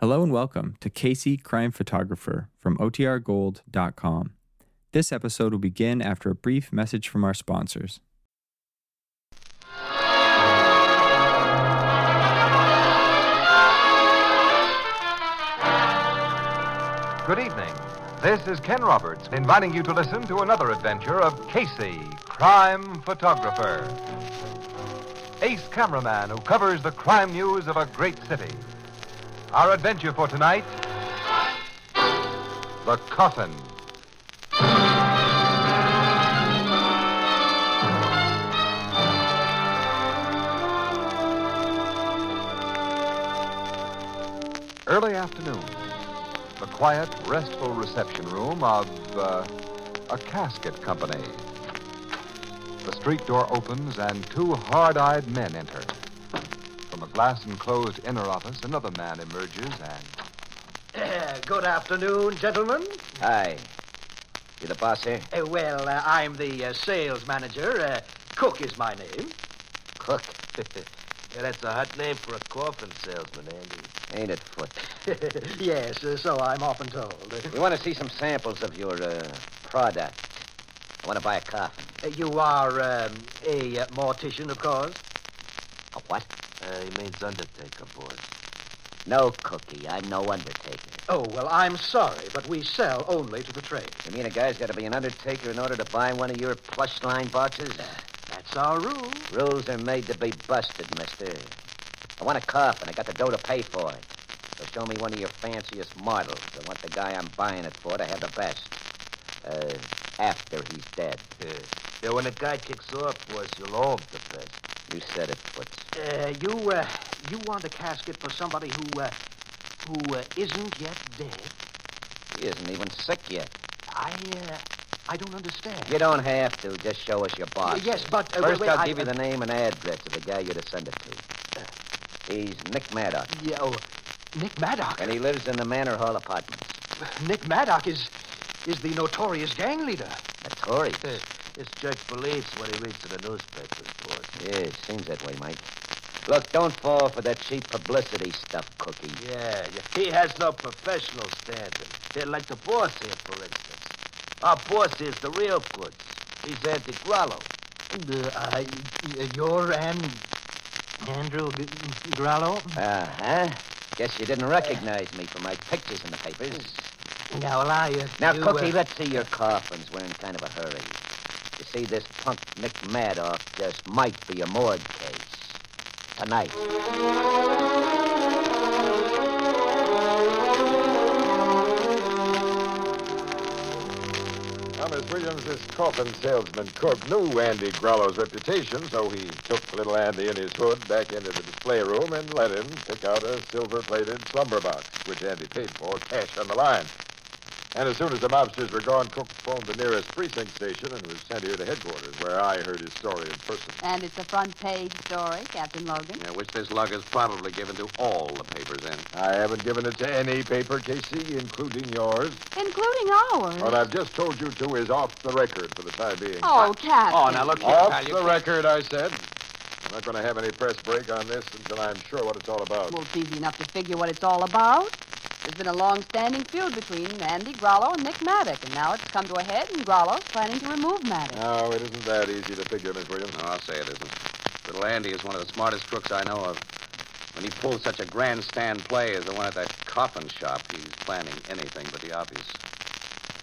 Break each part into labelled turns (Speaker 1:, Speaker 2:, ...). Speaker 1: Hello and welcome to Casey Crime Photographer from OTRGold.com. This episode will begin after a brief message from our sponsors.
Speaker 2: Good evening. This is Ken Roberts inviting you to listen to another adventure of Casey, crime photographer. Ace cameraman who covers the crime news of a great city. Our adventure for tonight The Cotton. Early afternoon, the quiet, restful reception room of uh, a casket company. The street door opens and two hard eyed men enter. From a glass enclosed inner office, another man emerges and.
Speaker 3: Good afternoon, gentlemen.
Speaker 4: Hi. You the boss here?
Speaker 3: Uh, well, uh, I'm the uh, sales manager. Uh, Cook is my name.
Speaker 4: Cook.
Speaker 5: Yeah, that's a hot name for a coffin salesman, Andy.
Speaker 4: Ain't it foot?
Speaker 3: yes, uh, so I'm often told.
Speaker 4: We want to see some samples of your uh, product. I want to buy a coffin.
Speaker 3: Uh, you are um, a uh, mortician, of course.
Speaker 4: A what?
Speaker 5: Uh, he means undertaker, boy.
Speaker 4: No, Cookie. I'm no undertaker.
Speaker 3: Oh, well, I'm sorry, but we sell only to the trade.
Speaker 4: You mean a guy's got to be an undertaker in order to buy one of your plush line boxes?
Speaker 3: That's our rule.
Speaker 4: Rules are made to be busted, mister. I want a coffin. I got the dough to pay for it. So show me one of your fanciest models. I want the guy I'm buying it for to have the best. Uh, after he's dead.
Speaker 5: Yeah. yeah, when a guy kicks off, boys, you'll owe him the best.
Speaker 4: You said it, Foots.
Speaker 3: Uh, you, uh, you want a casket for somebody who, uh, who uh, isn't yet dead?
Speaker 4: He isn't even sick yet.
Speaker 3: I, uh, I don't understand.
Speaker 4: You don't have to. Just show us your box.
Speaker 3: Yes, but, uh,
Speaker 4: first
Speaker 3: wait,
Speaker 4: I'll
Speaker 3: I-
Speaker 4: give you the name and address of the guy you're to send it to. He's Nick Maddox,
Speaker 3: Yeah, oh, Nick Maddock.
Speaker 4: and he lives in the Manor Hall apartments.
Speaker 3: Nick Maddock is is the notorious gang leader.
Speaker 4: Notorious.
Speaker 5: Yeah, This jerk believes what he reads in the newspapers, boys.
Speaker 4: Yeah, it seems that way, Mike. Look, don't fall for that cheap publicity stuff, Cookie.
Speaker 5: Yeah, yeah, he has no professional standing. Yeah, like the boss here, for instance. Our boss here's the real goods. He's Andy Grollo.
Speaker 3: Uh, you're An... Andrew G- Grallo?
Speaker 4: Uh-huh. Guess you didn't recognize me from my pictures in the papers.
Speaker 3: Now, well, I... Uh,
Speaker 4: Now,
Speaker 3: you,
Speaker 4: Cookie,
Speaker 3: uh,
Speaker 4: let's see your coffins. We're in kind of a hurry. You see, this punk Nick Madoff just might be a morgue case. Tonight.
Speaker 2: Thomas Williams, this coffin salesman Cook, knew Andy Grollo's reputation, so he took little Andy in his hood back into the display room and let him pick out a silver plated slumber box, which Andy paid for cash on the line. And as soon as the mobsters were gone, Cook phoned the nearest precinct station and was sent here to headquarters, where I heard his story in person.
Speaker 6: And it's a front page story, Captain Logan.
Speaker 7: Yeah, which this lug has probably given to all the papers in.
Speaker 2: I haven't given it to any paper, Casey, including yours.
Speaker 6: Including ours.
Speaker 2: What I've just told you two is off the record for the time being.
Speaker 6: oh, Captain.
Speaker 7: Oh, now look here,
Speaker 2: Off
Speaker 7: pal.
Speaker 2: the record, I said. I'm not going to have any press break on this until I'm sure what it's all about.
Speaker 6: Well, it's easy enough to figure what it's all about. There's been a long-standing feud between Andy Grollo and Nick Maddock, and now it's come to a head, and Grollo's planning to remove Maddock.
Speaker 2: No, it isn't that easy to figure, Miss Williams.
Speaker 7: No, I'll say it isn't. Little Andy is one of the smartest crooks I know of. When he pulls such a grandstand play as the one at that coffin shop, he's planning anything but the obvious.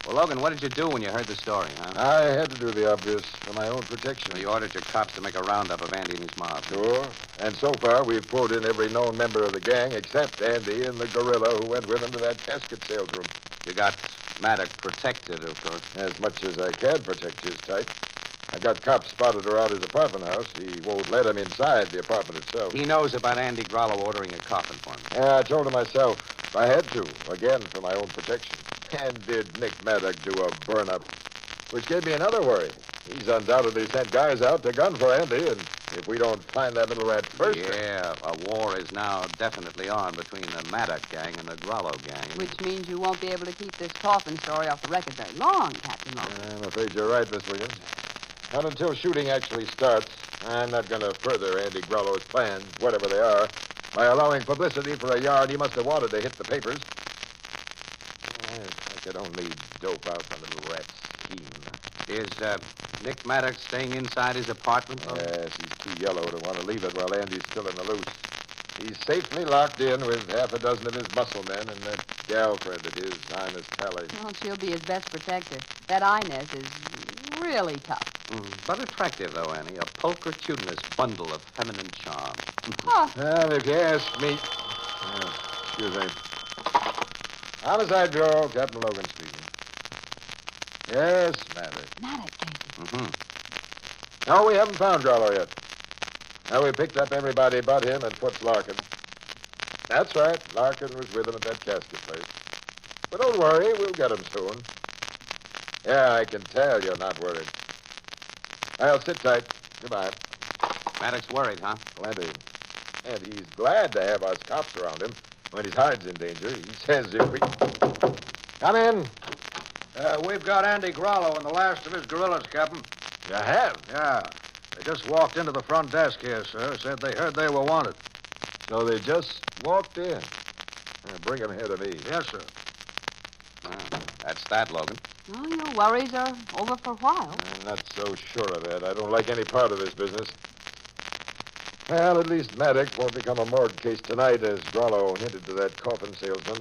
Speaker 7: Well, Logan, what did you do when you heard the story, huh?
Speaker 2: I had to do the obvious for my own protection.
Speaker 7: So you ordered your cops to make a roundup of Andy and his mob.
Speaker 2: Sure. And so far, we've pulled in every known member of the gang except Andy and the gorilla who went with him to that casket sales room.
Speaker 7: You got Maddock protected, of course.
Speaker 2: As much as I can protect his type. I got cops spotted around his apartment house. He won't let him inside the apartment itself.
Speaker 7: He knows about Andy Grollo ordering a coffin for him.
Speaker 2: Yeah, I told him myself. I had to, again, for my own protection. And did Nick Maddock do a burn up? Which gave me another worry. He's undoubtedly sent guys out to gun for Andy, and if we don't find that little rat first.
Speaker 7: Yeah, a war is now definitely on between the Maddock gang and the Grollo gang.
Speaker 6: Which means you won't be able to keep this coffin story off the record very long, Captain Logan.
Speaker 2: I'm afraid you're right, Miss Williams. Not until shooting actually starts, I'm not going to further Andy Grollo's plans, whatever they are. By allowing publicity for a yard he must have wanted to hit the papers. Yeah, If I could only dope out the little rat's scheme.
Speaker 7: Is uh, Nick Maddox staying inside his apartment?
Speaker 2: Yes, he's too yellow to want to leave it while Andy's still in the loose. He's safely locked in with half a dozen of his muscle men and that gal friend of his, Ines Pally.
Speaker 6: Well, she'll be his best protector. That Inez is really tough.
Speaker 7: Mm, But attractive, though, Annie. A pulchritudinous bundle of feminine charm.
Speaker 6: Oh,
Speaker 2: Well, if you ask me. Oh, excuse me. Homicide Bureau, Captain Logan speaking. Yes, Maverick.
Speaker 6: Maddox, Casey.
Speaker 7: Mm-hmm.
Speaker 2: No, we haven't found Growler yet. Now, we picked up everybody but him and Foots Larkin. That's right. Larkin was with him at that casket place. But don't worry, we'll get him soon. Yeah, I can tell you're not worried. Well, sit tight. Goodbye.
Speaker 7: Maddox worried, huh?
Speaker 2: Plenty. And he's glad to have us cops around him. When his hide's in danger, he says if we. Come in.
Speaker 5: Uh, we've got Andy Grollo and the last of his gorillas, Captain.
Speaker 2: You have?
Speaker 5: Yeah. They just walked into the front desk here, sir. Said they heard they were wanted.
Speaker 2: So they just walked in. Yeah, bring him here to me. Ah,
Speaker 5: Yes, sir.
Speaker 7: Well, that's that, Logan.
Speaker 6: Well, your worries are over for a while.
Speaker 2: I'm not so sure of that. I don't like any part of this business. Well, at least Maddox won't become a morgue case tonight, as Grollo hinted to that coffin salesman.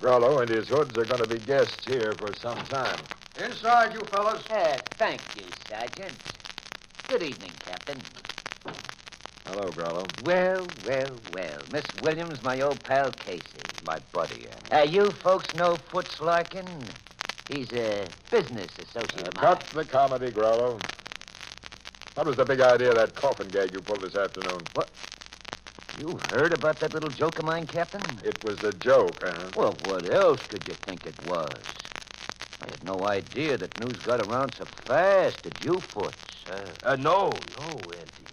Speaker 2: Grollo and his hoods are going to be guests here for some time.
Speaker 5: Inside, you fellas.
Speaker 4: Uh, thank you, Sergeant. Good evening, Captain.
Speaker 2: Hello, Grollo.
Speaker 4: Well, well, well. Miss Williams, my old pal Casey. My buddy, Uh, you folks know Foots Larkin? He's a business associate of mine.
Speaker 2: Cut Uh, the comedy, Grollo. What was the big idea of that coffin gag you pulled this afternoon?
Speaker 4: You heard about that little joke of mine, Captain?
Speaker 2: It was a joke, huh?
Speaker 4: Well, what else could you think it was? I had no idea that news got around so fast. Did you, Foots?
Speaker 5: Uh, uh, no, no, Andy.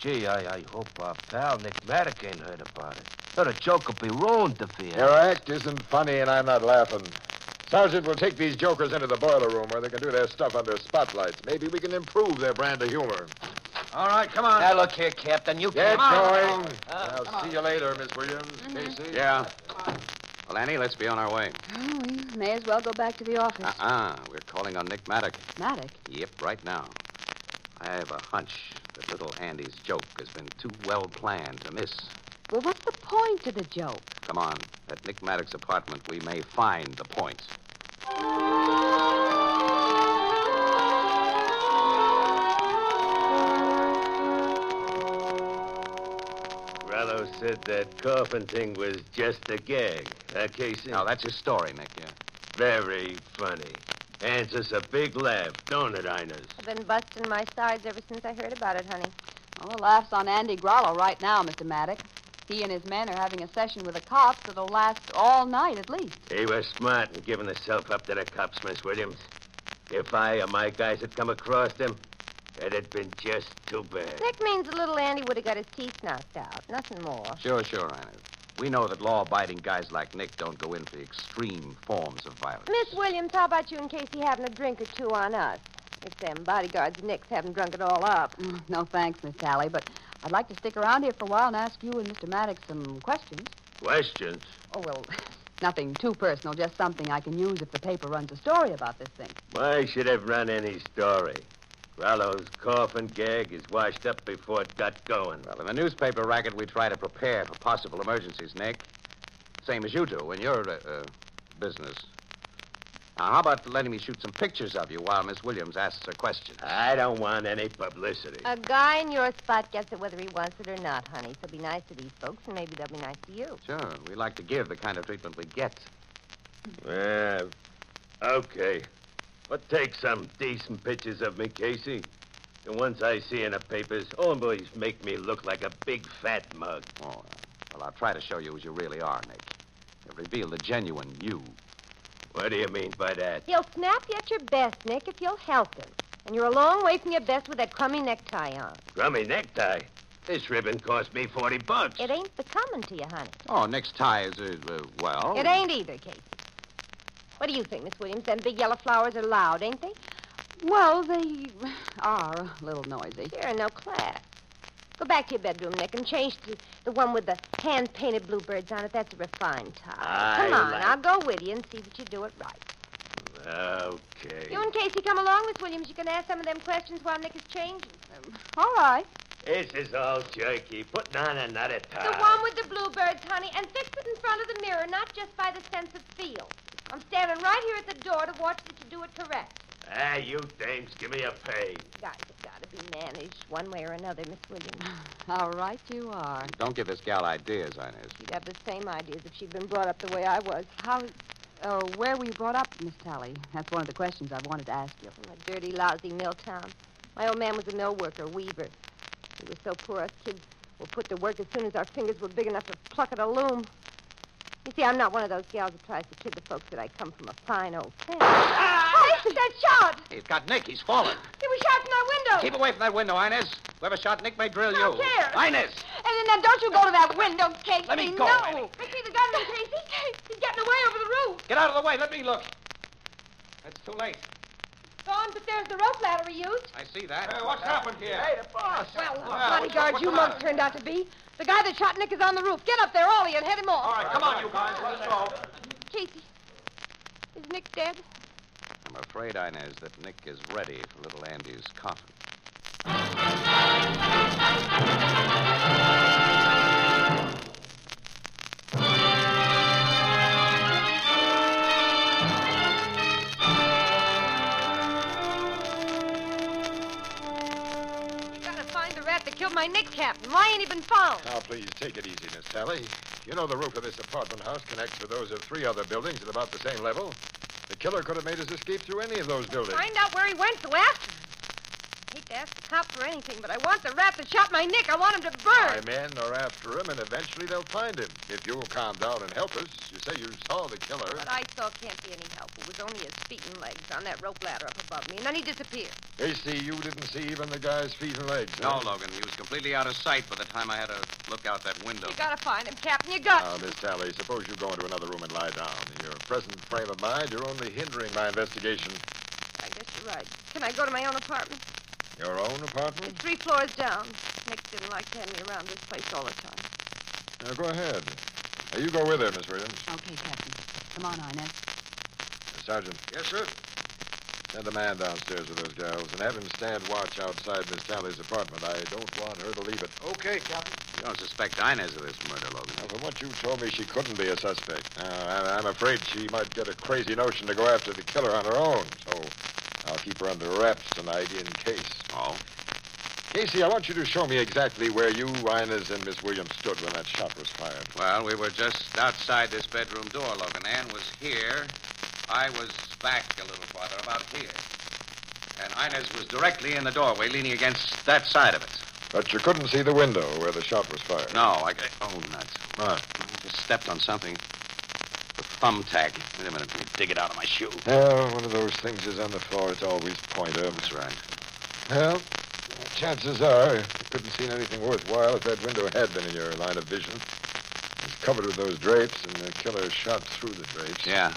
Speaker 5: Gee, I, I hope our pal Nick Maddock ain't heard about it. Or the joke would be ruined if he had.
Speaker 2: Your act isn't funny, and I'm not laughing. Sergeant, we'll take these jokers into the boiler room where they can do their stuff under spotlights. Maybe we can improve their brand of humor.
Speaker 5: All right, come on. Uh,
Speaker 4: Now, look here, Captain. You
Speaker 2: Get
Speaker 4: come on.
Speaker 2: going. I'll see you later, Miss Williams.
Speaker 5: Mm-hmm.
Speaker 2: Casey.
Speaker 7: Yeah. Well, Annie, let's be on our way.
Speaker 6: Well, we Oh, may as well go back to the office.
Speaker 7: Uh-uh. We're calling on Nick Maddox.
Speaker 6: Maddox,
Speaker 7: Yep, right now. I have a hunch that little Andy's joke has been too well planned to miss.
Speaker 6: well, what's the point of the joke?
Speaker 7: Come on. At Nick Maddox's apartment, we may find the point.
Speaker 5: Grollo said that coffin thing was just a gag. Uh, Casey?
Speaker 7: No, that's his story, Nick, yeah.
Speaker 5: Very funny. Hands us a big laugh, don't it, Inez?
Speaker 8: I've been busting my sides ever since I heard about it, honey.
Speaker 6: Well, the laugh's on Andy Grollo right now, Mr. Maddox. He and his men are having a session with the cops that'll last all night at least.
Speaker 5: He was smart in giving himself up to the cops, Miss Williams. If I or my guys had come across them, it'd have been just too bad.
Speaker 8: Nick means little Andy would have got his teeth knocked out. Nothing more.
Speaker 7: Sure, sure, Anna. We know that law-abiding guys like Nick don't go in for extreme forms of violence.
Speaker 8: Miss Williams, how about you in case he having a drink or two on us? If them bodyguards Nick's haven't drunk it all up.
Speaker 6: Mm, No thanks, Miss Tally, but I'd like to stick around here for a while and ask you and Mr. Maddox some questions.
Speaker 5: Questions?
Speaker 6: Oh, well, nothing too personal, just something I can use if the paper runs a story about this thing.
Speaker 5: Why should have run any story? Rollo's coffin gag is washed up before it got going.
Speaker 7: Well, in the newspaper racket, we try to prepare for possible emergencies, Nick. Same as you do in your uh, uh, business. Now, how about letting me shoot some pictures of you while Miss Williams asks her question?
Speaker 5: I don't want any publicity.
Speaker 8: A guy in your spot gets it whether he wants it or not, honey. So be nice to these folks, and maybe they'll be nice to you.
Speaker 7: Sure, we like to give the kind of treatment we get.
Speaker 5: Well, okay. But take some decent pictures of me, Casey. The ones I see in the papers always make me look like a big fat mug.
Speaker 7: Oh, uh, well, I'll try to show you as you really are, Nick. And reveal the genuine you.
Speaker 5: What do you mean by that?
Speaker 8: He'll snap you at your best, Nick, if you'll help him. And you're a long way from your best with that crummy necktie on.
Speaker 5: Crummy necktie. This ribbon cost me 40 bucks.
Speaker 8: It ain't becoming to you, honey.
Speaker 7: Oh, Nick's tie is, uh, uh, well...
Speaker 4: Oh.
Speaker 8: It ain't either, Casey. What do you think, Miss Williams? Them big yellow flowers are loud, ain't they?
Speaker 6: Well, they are a little noisy.
Speaker 8: Sure, no class. Go back to your bedroom, Nick, and change to the one with the hand painted bluebirds on it. That's a refined tie.
Speaker 5: I
Speaker 8: come on,
Speaker 5: like-
Speaker 8: I'll go with you and see that you do it right.
Speaker 5: Okay.
Speaker 8: You and Casey come along, Miss Williams. You can ask some of them questions while Nick is changing.
Speaker 6: All right.
Speaker 5: This is all jerky. Putting on another tie.
Speaker 8: The one with the bluebirds, honey, and fix it in front of the mirror, not just by the sense of feel. I'm standing right here at the door to watch that you do it correct.
Speaker 5: Ah, you dames, give me a pay.
Speaker 8: Guys, it's got to be managed one way or another, Miss Williams.
Speaker 6: All right, you are.
Speaker 7: Don't give this gal ideas, Inez.
Speaker 8: She'd have the same ideas if she'd been brought up the way I was.
Speaker 6: How, uh, where were you brought up, Miss Tally? That's one of the questions I wanted to ask you.
Speaker 8: From a dirty, lousy mill town. My old man was a mill worker, weaver. He was so poor us kids were put to work as soon as our fingers were big enough to pluck at a loom. You see, I'm not one of those gals that tries to kid the folks that I come from a fine old family. Ah! This is that shot!
Speaker 7: He's got Nick. He's fallen.
Speaker 8: He was shot from that window!
Speaker 7: Keep away from that window, Inez. Whoever shot Nick may drill
Speaker 8: Don't
Speaker 7: you.
Speaker 8: care.
Speaker 7: Inez!
Speaker 8: And then now don't you go to that window, Casey.
Speaker 7: Let me go,
Speaker 8: No.
Speaker 7: Annie.
Speaker 8: I see the gunman, Casey. He's getting away over the roof.
Speaker 7: Get out of the way. Let me look. That's too late.
Speaker 8: Gone, but there's the rope ladder he used.
Speaker 7: I see that. what's happened here?
Speaker 8: Well, the
Speaker 7: Well,
Speaker 8: bodyguard
Speaker 7: what's
Speaker 8: you
Speaker 7: the
Speaker 8: monks
Speaker 7: matter?
Speaker 8: turned out to be. The guy that shot Nick is on the roof. Get up there, Ollie, and head him off.
Speaker 7: All right, come on, you guys. Let's go.
Speaker 8: Casey, is Nick dead?
Speaker 7: I'm afraid, Inez, that Nick is ready for little Andy's coffin.
Speaker 8: You gotta find the rat that killed my Nick, Captain. Why ain't he been found?
Speaker 2: Now, please, take it easy, Miss Tally. You know the roof of this apartment house connects with those of three other buildings at about the same level. The killer could have made his escape through any of those buildings.
Speaker 8: Find out where he went, go after him. Hate to ask the cop for anything, but I want the rat that shot my Nick. I want him to burn.
Speaker 2: My men are after him, and eventually they'll find him. If you'll calm down and help us, you say you saw the killer.
Speaker 8: What I saw can't be any help. It was only his feet and legs on that rope ladder up above me, and then he disappeared.
Speaker 2: Casey, you didn't see even the guy's feet and legs.
Speaker 7: No,
Speaker 2: huh?
Speaker 7: Logan. He was completely out of sight by the time I had to look out that window.
Speaker 8: You gotta find him, Captain. You got
Speaker 7: Uh,
Speaker 2: Now, Miss Tally, suppose you go into another room and lie down. In your present frame of mind, you're only hindering my investigation.
Speaker 8: I guess you're right. Can I go to my own apartment?
Speaker 2: Your own apartment?
Speaker 8: It's three floors down. Nick didn't like to have me around this place all the time.
Speaker 2: Now, go ahead. Now, you go with her, Miss Williams.
Speaker 6: Okay, Captain. Come on, Inez.
Speaker 2: Sergeant. Yes, sir. Send a man downstairs with those gals and have him stand watch outside Miss Tally's apartment. I don't want her to leave it.
Speaker 7: Okay, Captain. You don't suspect Inez of this murder, Logan.
Speaker 2: Now, from what you told me, she couldn't be a suspect. Now, I- I'm afraid she might get a crazy notion to go after the killer on her own, so I'll keep her under wraps tonight in case.
Speaker 7: Oh?
Speaker 2: Casey, I want you to show me exactly where you, Inez, and Miss Williams stood when that shot was fired.
Speaker 7: Well, we were just outside this bedroom door, Logan. Ann was here. I was back a little farther, about here. And Inez was directly in the doorway, leaning against that side of it.
Speaker 2: But you couldn't see the window where the shot was fired.
Speaker 7: No, I... Oh, nuts.
Speaker 2: Ah.
Speaker 7: I just stepped on something. The thumbtack. Wait a minute. Let me dig it out of my shoe.
Speaker 2: Well, Uh, one of those things is on the floor. It's always pointer.
Speaker 7: That's right.
Speaker 2: Well, chances are you couldn't see anything worthwhile if that window had been in your line of vision. It's covered with those drapes, and the killer shot through the drapes.
Speaker 7: Yeah.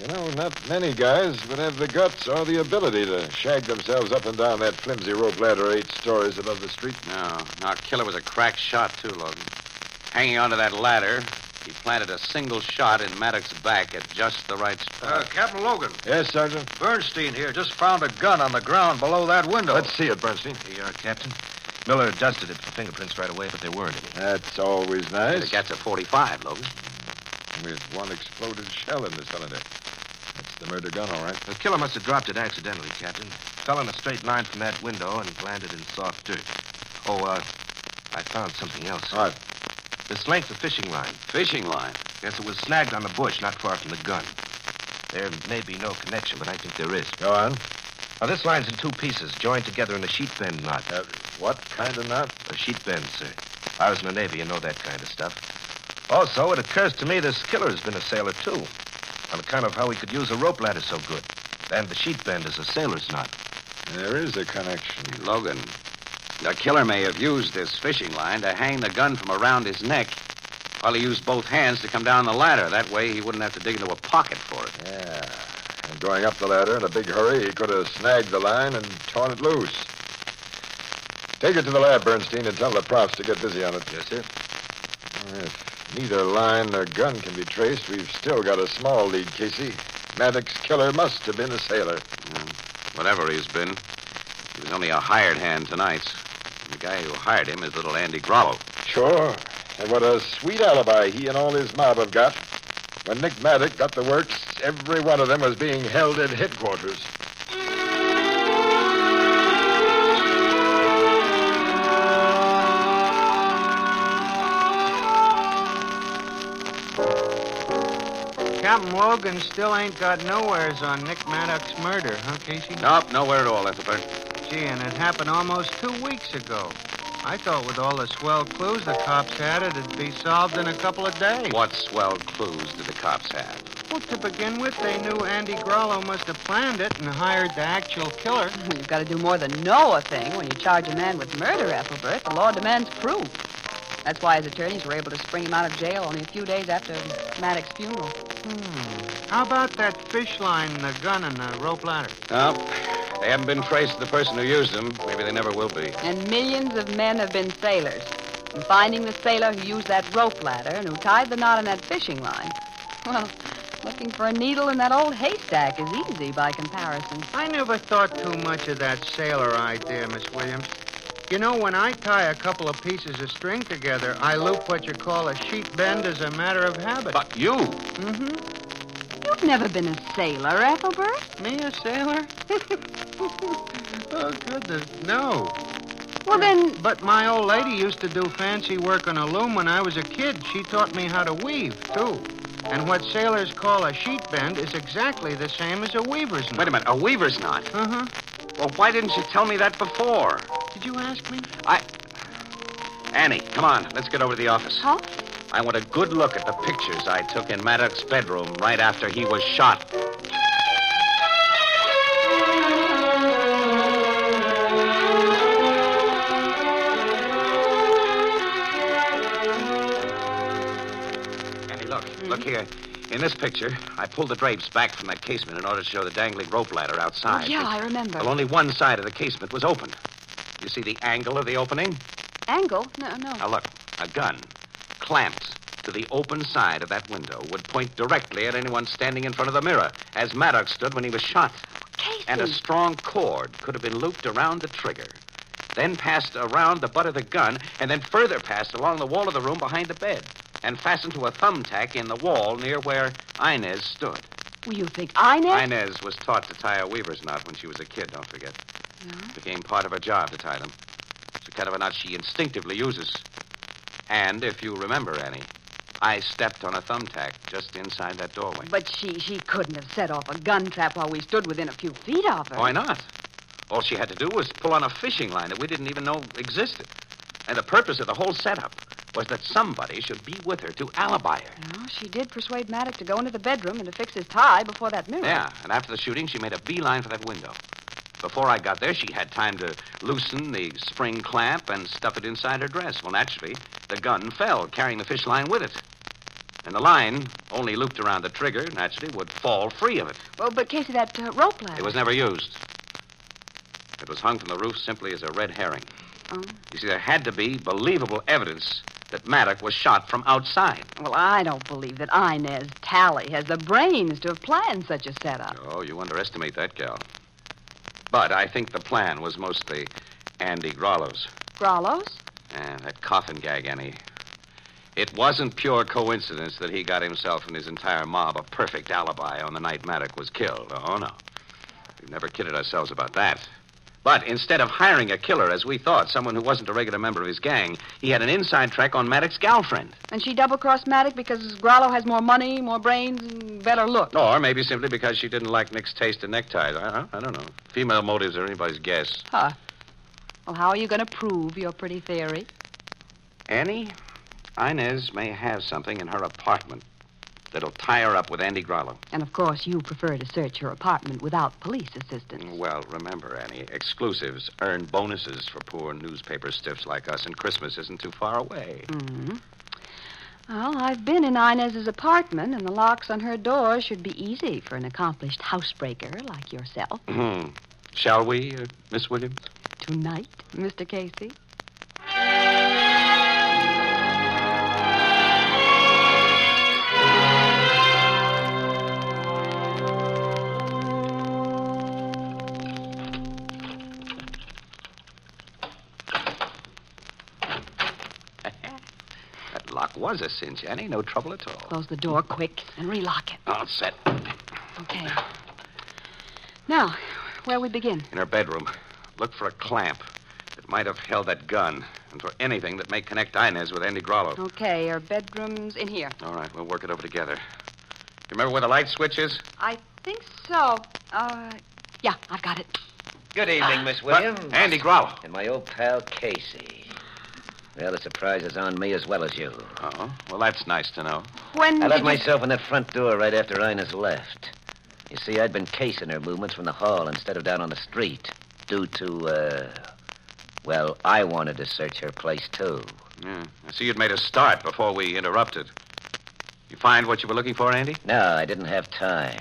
Speaker 2: You know, not many guys would have the guts or the ability to shag themselves up and down that flimsy rope ladder eight stories above the street.
Speaker 7: No. no, Our killer was a crack shot, too, Logan. Hanging onto that ladder, he planted a single shot in Maddox's back at just the right spot.
Speaker 9: Captain Logan,
Speaker 2: Yes, Sergeant?
Speaker 9: Bernstein here just found a gun on the ground below that window.
Speaker 2: Let's see it, Bernstein.
Speaker 9: Here you are, Captain. Miller dusted it for fingerprints right away, but there weren't any.
Speaker 2: That's always
Speaker 7: It
Speaker 2: nice.
Speaker 7: gets a 45, Logan.
Speaker 2: With one exploded shell in the cylinder. That's the murder gun, all right.
Speaker 9: The killer must have dropped it accidentally, Captain. Fell in a straight line from that window and landed in soft dirt. Oh, uh, I found something else.
Speaker 2: All right.
Speaker 9: This length of fishing line.
Speaker 7: Fishing line.
Speaker 9: Yes, it was snagged on the bush not far from the gun. There may be no connection, but I think there is.
Speaker 2: Go on.
Speaker 9: Now, this line's in two pieces, joined together in a sheet bend knot.
Speaker 2: Uh, what kind of knot?
Speaker 9: A sheet bend, sir. I was in the Navy and know that kind of stuff. Also, it occurs to me this killer has been a sailor, too, on account of how he could use a rope ladder so good. And the sheet bend is a sailor's knot.
Speaker 2: There is a connection.
Speaker 7: Logan, the killer may have used this fishing line to hang the gun from around his neck while he used both hands to come down the ladder. That way, he wouldn't have to dig into a pocket for it.
Speaker 2: Yeah. And going up the ladder in a big hurry, he could have snagged the line and torn it loose. Take it to the lab, Bernstein, and tell the profs to get busy on it.
Speaker 9: Yes, sir.
Speaker 2: If neither line nor gun can be traced, we've still got a small lead, Casey. Maddox's killer must have been a sailor.
Speaker 7: Whatever he's been, he was only a hired hand tonight. And the guy who hired him is little Andy Grollo.
Speaker 2: Sure. And what a sweet alibi he and all his mob have got. When Nick Maddox got the works, every one of them was being held at headquarters.
Speaker 10: Captain Logan still ain't got nowheres on Nick Maddox's murder, huh, Casey?
Speaker 7: Nope, nowhere at all, Ethelbert.
Speaker 10: Gee, and it happened almost two weeks ago. I thought with all the swell clues the cops had, it'd be solved in a couple of days.
Speaker 7: What swell clues did the cops have?
Speaker 10: Well, to begin with, they knew Andy Grollo must have planned it and hired the actual killer.
Speaker 6: You've got to do more than know a thing when you charge a man with murder, Ethelbert. The law demands proof. That's why his attorneys were able to spring him out of jail only a few days after Maddox's funeral.
Speaker 10: How about that fish line, and the gun, and the rope ladder?
Speaker 7: Nope. They haven't been traced to the person who used them. Maybe they never will be.
Speaker 6: And millions of men have been sailors. And finding the sailor who used that rope ladder and who tied the knot in that fishing line. Well, looking for a needle in that old haystack is easy by comparison.
Speaker 10: I never thought too much of that sailor idea, Miss Williams. You know, when I tie a couple of pieces of string together, I loop what you call a sheet bend as a matter of habit.
Speaker 7: But you,
Speaker 10: Mm-hmm.
Speaker 6: You've never been a sailor, Ethelbert.
Speaker 10: Me, a sailor? oh, goodness, no.
Speaker 6: Well, then,
Speaker 10: But my old lady used to do fancy work on a loom when I was a kid. She taught me how to weave, too. And what sailors call a sheet bend is exactly the same as a weaver's knot.
Speaker 7: wait a minute, a weaver's knot.
Speaker 10: Uh-huh.
Speaker 7: Well, why didn't you tell me that before?
Speaker 10: Did you ask me?
Speaker 7: Annie, come on, let's get over to the office.
Speaker 6: Huh?
Speaker 7: I want a good look at the pictures I took in Maddox's bedroom right after he was shot. Annie, look,
Speaker 6: Hmm.
Speaker 7: look here. In this picture, I pulled the drapes back from that casement in order to show the dangling rope ladder outside.
Speaker 6: yeah, I remember.
Speaker 7: Well, only one side of the casement was open. You see the angle of the opening?
Speaker 6: Angle? No, no.
Speaker 7: Now look, a gun clamped to the open side of that window would point directly at anyone standing in front of the mirror, as Maddox stood when he was shot.
Speaker 6: Casey.
Speaker 7: And a strong cord could have been looped around the trigger, then passed around the butt of the gun, and then further passed along the wall of the room behind the bed, and fastened to a thumbtack in the wall near where Inez stood.
Speaker 6: Well, you think I know?
Speaker 7: Inez was taught to tie a weaver's knot when she was a kid, don't forget. It became part of her job to tie them. It's the kind of a knot she instinctively uses. And if you remember, Annie, I stepped on a thumbtack just inside that doorway.
Speaker 6: But she she couldn't have set off a gun trap while we stood within a few feet of her.
Speaker 7: Why not? All she had to do was pull on a fishing line that we didn't even know existed. And the purpose of the whole setup was that somebody should be with her to alibi her.
Speaker 6: Well, she did persuade Maddox to go into the bedroom and to fix his tie before that mirror.
Speaker 7: Yeah, and after the shooting, she made a beeline for that window. Before I got there, she had time to loosen the spring clamp and stuff it inside her dress. Well, naturally, the gun fell, carrying the fish line with it. And the line, only looped around the trigger, naturally, would fall free of it.
Speaker 6: Well, but Casey, that uh, rope ladder.
Speaker 7: It was never used. It was hung from the roof simply as a red herring.
Speaker 6: Oh.
Speaker 7: You see, there had to be believable evidence that Maddox was shot from outside.
Speaker 6: Well, I don't believe that Inez Tally has the brains to have planned such a setup.
Speaker 7: Oh, you underestimate that gal. But I think the plan was mostly Andy Grollo's.
Speaker 6: Grollo's?
Speaker 7: Ah, that coffin gag, Annie. It wasn't pure coincidence that he got himself and his entire mob a perfect alibi on the night Maddox was killed. Oh, no. We've never kidded ourselves about that. But instead of hiring a killer, as we thought, someone who wasn't a regular member of his gang, he had an inside track on Maddox's gal friend.
Speaker 6: And she double crossed Maddox because Grollo has more money, more brains, and better look.
Speaker 7: Or maybe simply because she didn't like Nick's taste in neckties. I, I, I don't know. Female motives are anybody's guess.
Speaker 6: Huh. Well, how are you going to prove your pretty theory?
Speaker 7: Annie, Inez may have something in her apartment that'll tie her up with Andy Grollo.
Speaker 6: And of course, you prefer to search her apartment without police assistance.
Speaker 7: Well, remember, Annie, exclusives earn bonuses for poor newspaper stiffs like us, and Christmas isn't too far away.
Speaker 6: Well, I've been in Inez's apartment, and the locks on her door should be easy
Speaker 7: Mm-hmm.
Speaker 6: for an accomplished housebreaker like yourself.
Speaker 7: Shall we, uh, Miss Williams?
Speaker 6: Tonight, Mr. Casey?
Speaker 7: That lock was a cinch, Annie. No trouble at all.
Speaker 6: Close the door quick and relock it.
Speaker 7: All set.
Speaker 6: Okay. Now, where we begin?
Speaker 7: In her bedroom, look for a clamp that might have held that gun and for anything that may connect Inez with Andy Grollo.
Speaker 6: Okay, our bedroom's in here.
Speaker 7: All right, we'll work it over together. You remember where the light switch is?
Speaker 6: I think so. Uh, yeah, I've got it.
Speaker 4: Good evening, Miss Williams.
Speaker 7: Andy Grollo.
Speaker 4: And my old pal, Casey. Well, the surprise is on me as well as you.
Speaker 7: Oh, well, that's nice to know.
Speaker 6: When
Speaker 4: I
Speaker 6: did
Speaker 4: let
Speaker 6: you-
Speaker 4: myself in that front door right after Ina's left. You see, I'd been casing her movements from the hall instead of down on the street due to, uh, well, I wanted to search her place, too.
Speaker 7: Yeah. I see you'd made a start before we interrupted. You find what you were looking for, Andy?
Speaker 4: No, I didn't have time.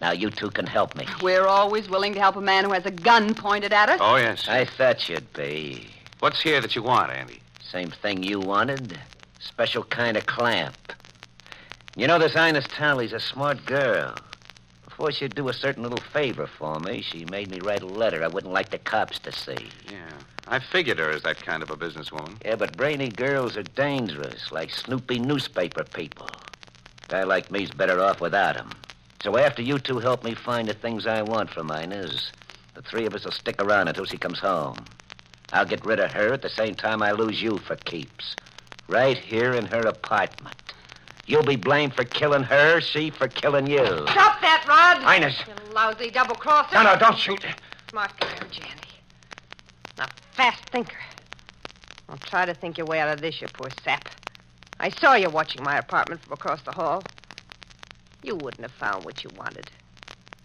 Speaker 4: Now you two can help me.
Speaker 6: We're always willing to help a man who has a gun pointed at us.
Speaker 7: Oh, yes.
Speaker 4: I thought you'd be.
Speaker 7: What's here that you want, Andy?
Speaker 4: Same thing you wanted. Special kind of clamp. You know, this Ines Tolley's a smart girl. Before she'd do a certain little favor for me, she made me write a letter I wouldn't like the cops to see.
Speaker 7: Yeah. I figured her as that kind of a businesswoman.
Speaker 4: Yeah, but brainy girls are dangerous, like snoopy newspaper people. Guy like me's better off without 'em. So after you two help me find the things I want from Inez, the three of us will stick around until she comes home. I'll get rid of her at the same time I lose you for keeps. Right here in her apartment. You'll be blamed for killing her, she for killing you.
Speaker 8: Stop that, Rod.
Speaker 4: Inez!
Speaker 8: You lousy double crosser.
Speaker 4: No, no, don't shoot.
Speaker 8: Smart girl, Janny. Not fast thinker. Don't try to think your way out of this, you poor sap. I saw you watching my apartment from across the hall. You wouldn't have found what you wanted.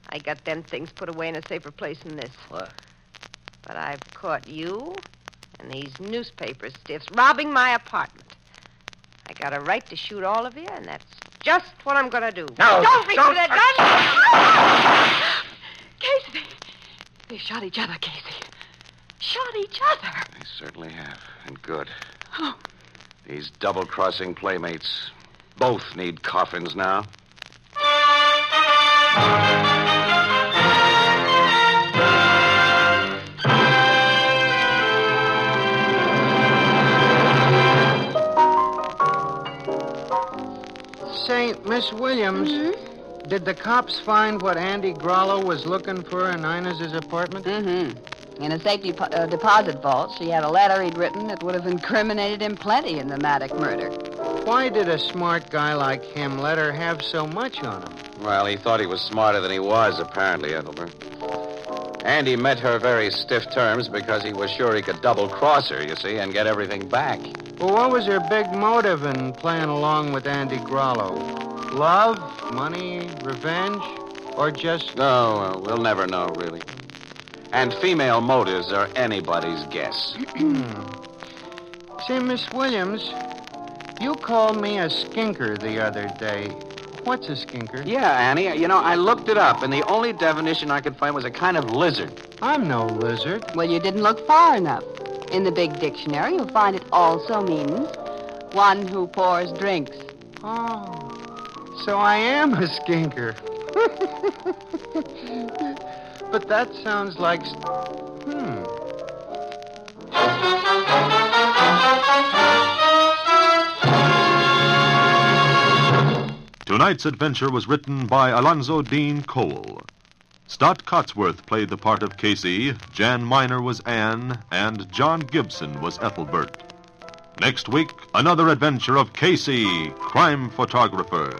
Speaker 8: I got them things put away in a safer place than this.
Speaker 4: What?
Speaker 8: But I've caught you and these newspaper stiffs robbing my apartment. I got a right to shoot all of you, and that's just what I'm going to do.
Speaker 4: No,
Speaker 8: Don't reach for
Speaker 4: don't-
Speaker 8: that gun!
Speaker 6: Casey, they, they shot each other, Casey. Shot each other.
Speaker 7: They certainly have, and good.
Speaker 6: Oh.
Speaker 7: These double crossing playmates both need coffins now.
Speaker 10: Saint Miss Williams. Did the cops find what Andy Grollo was looking for in Inez's apartment?
Speaker 6: Mm-hmm. In a safety po- uh, deposit vault, she had a letter he'd written that would have incriminated him plenty in the Maddock murder.
Speaker 10: Why did a smart guy like him let her have so much on him?
Speaker 7: Well, he thought he was smarter than he was, apparently, Ethelbert. Andy met her very stiff terms because he was sure he could double cross her, you see, and get everything back.
Speaker 10: Well, what was her big motive in playing along with Andy Grollo? Love, money, revenge, or just
Speaker 7: No, uh, we'll never know, really. And female motives are anybody's guess.
Speaker 10: Say, Miss Williams, you called me a skinker the other day. What's a skinker?
Speaker 7: Yeah, Annie, you know, I looked it up, and the only definition I could find was a kind of lizard.
Speaker 10: I'm no lizard.
Speaker 6: Well, you didn't look far enough. In the big dictionary, you'll find it also means one who pours drinks.
Speaker 10: Oh, so I am a skinker. but that sounds like. s- Hmm.
Speaker 11: Tonight's adventure was written by Alonzo Dean Cole. Stott Cotsworth played the part of Casey, Jan Miner was Anne, and John Gibson was Ethelbert. Next week, another adventure of Casey, crime photographer.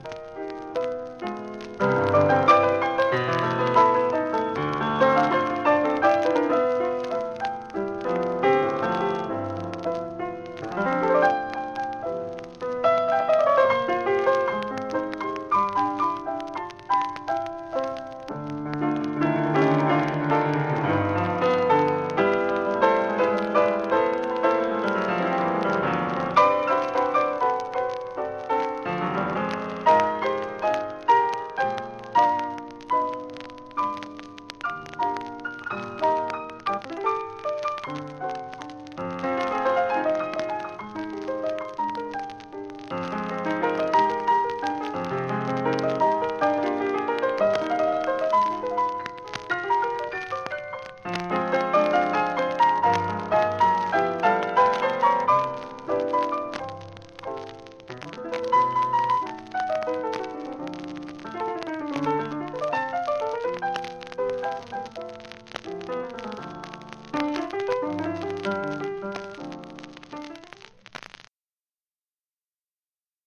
Speaker 12: Bye.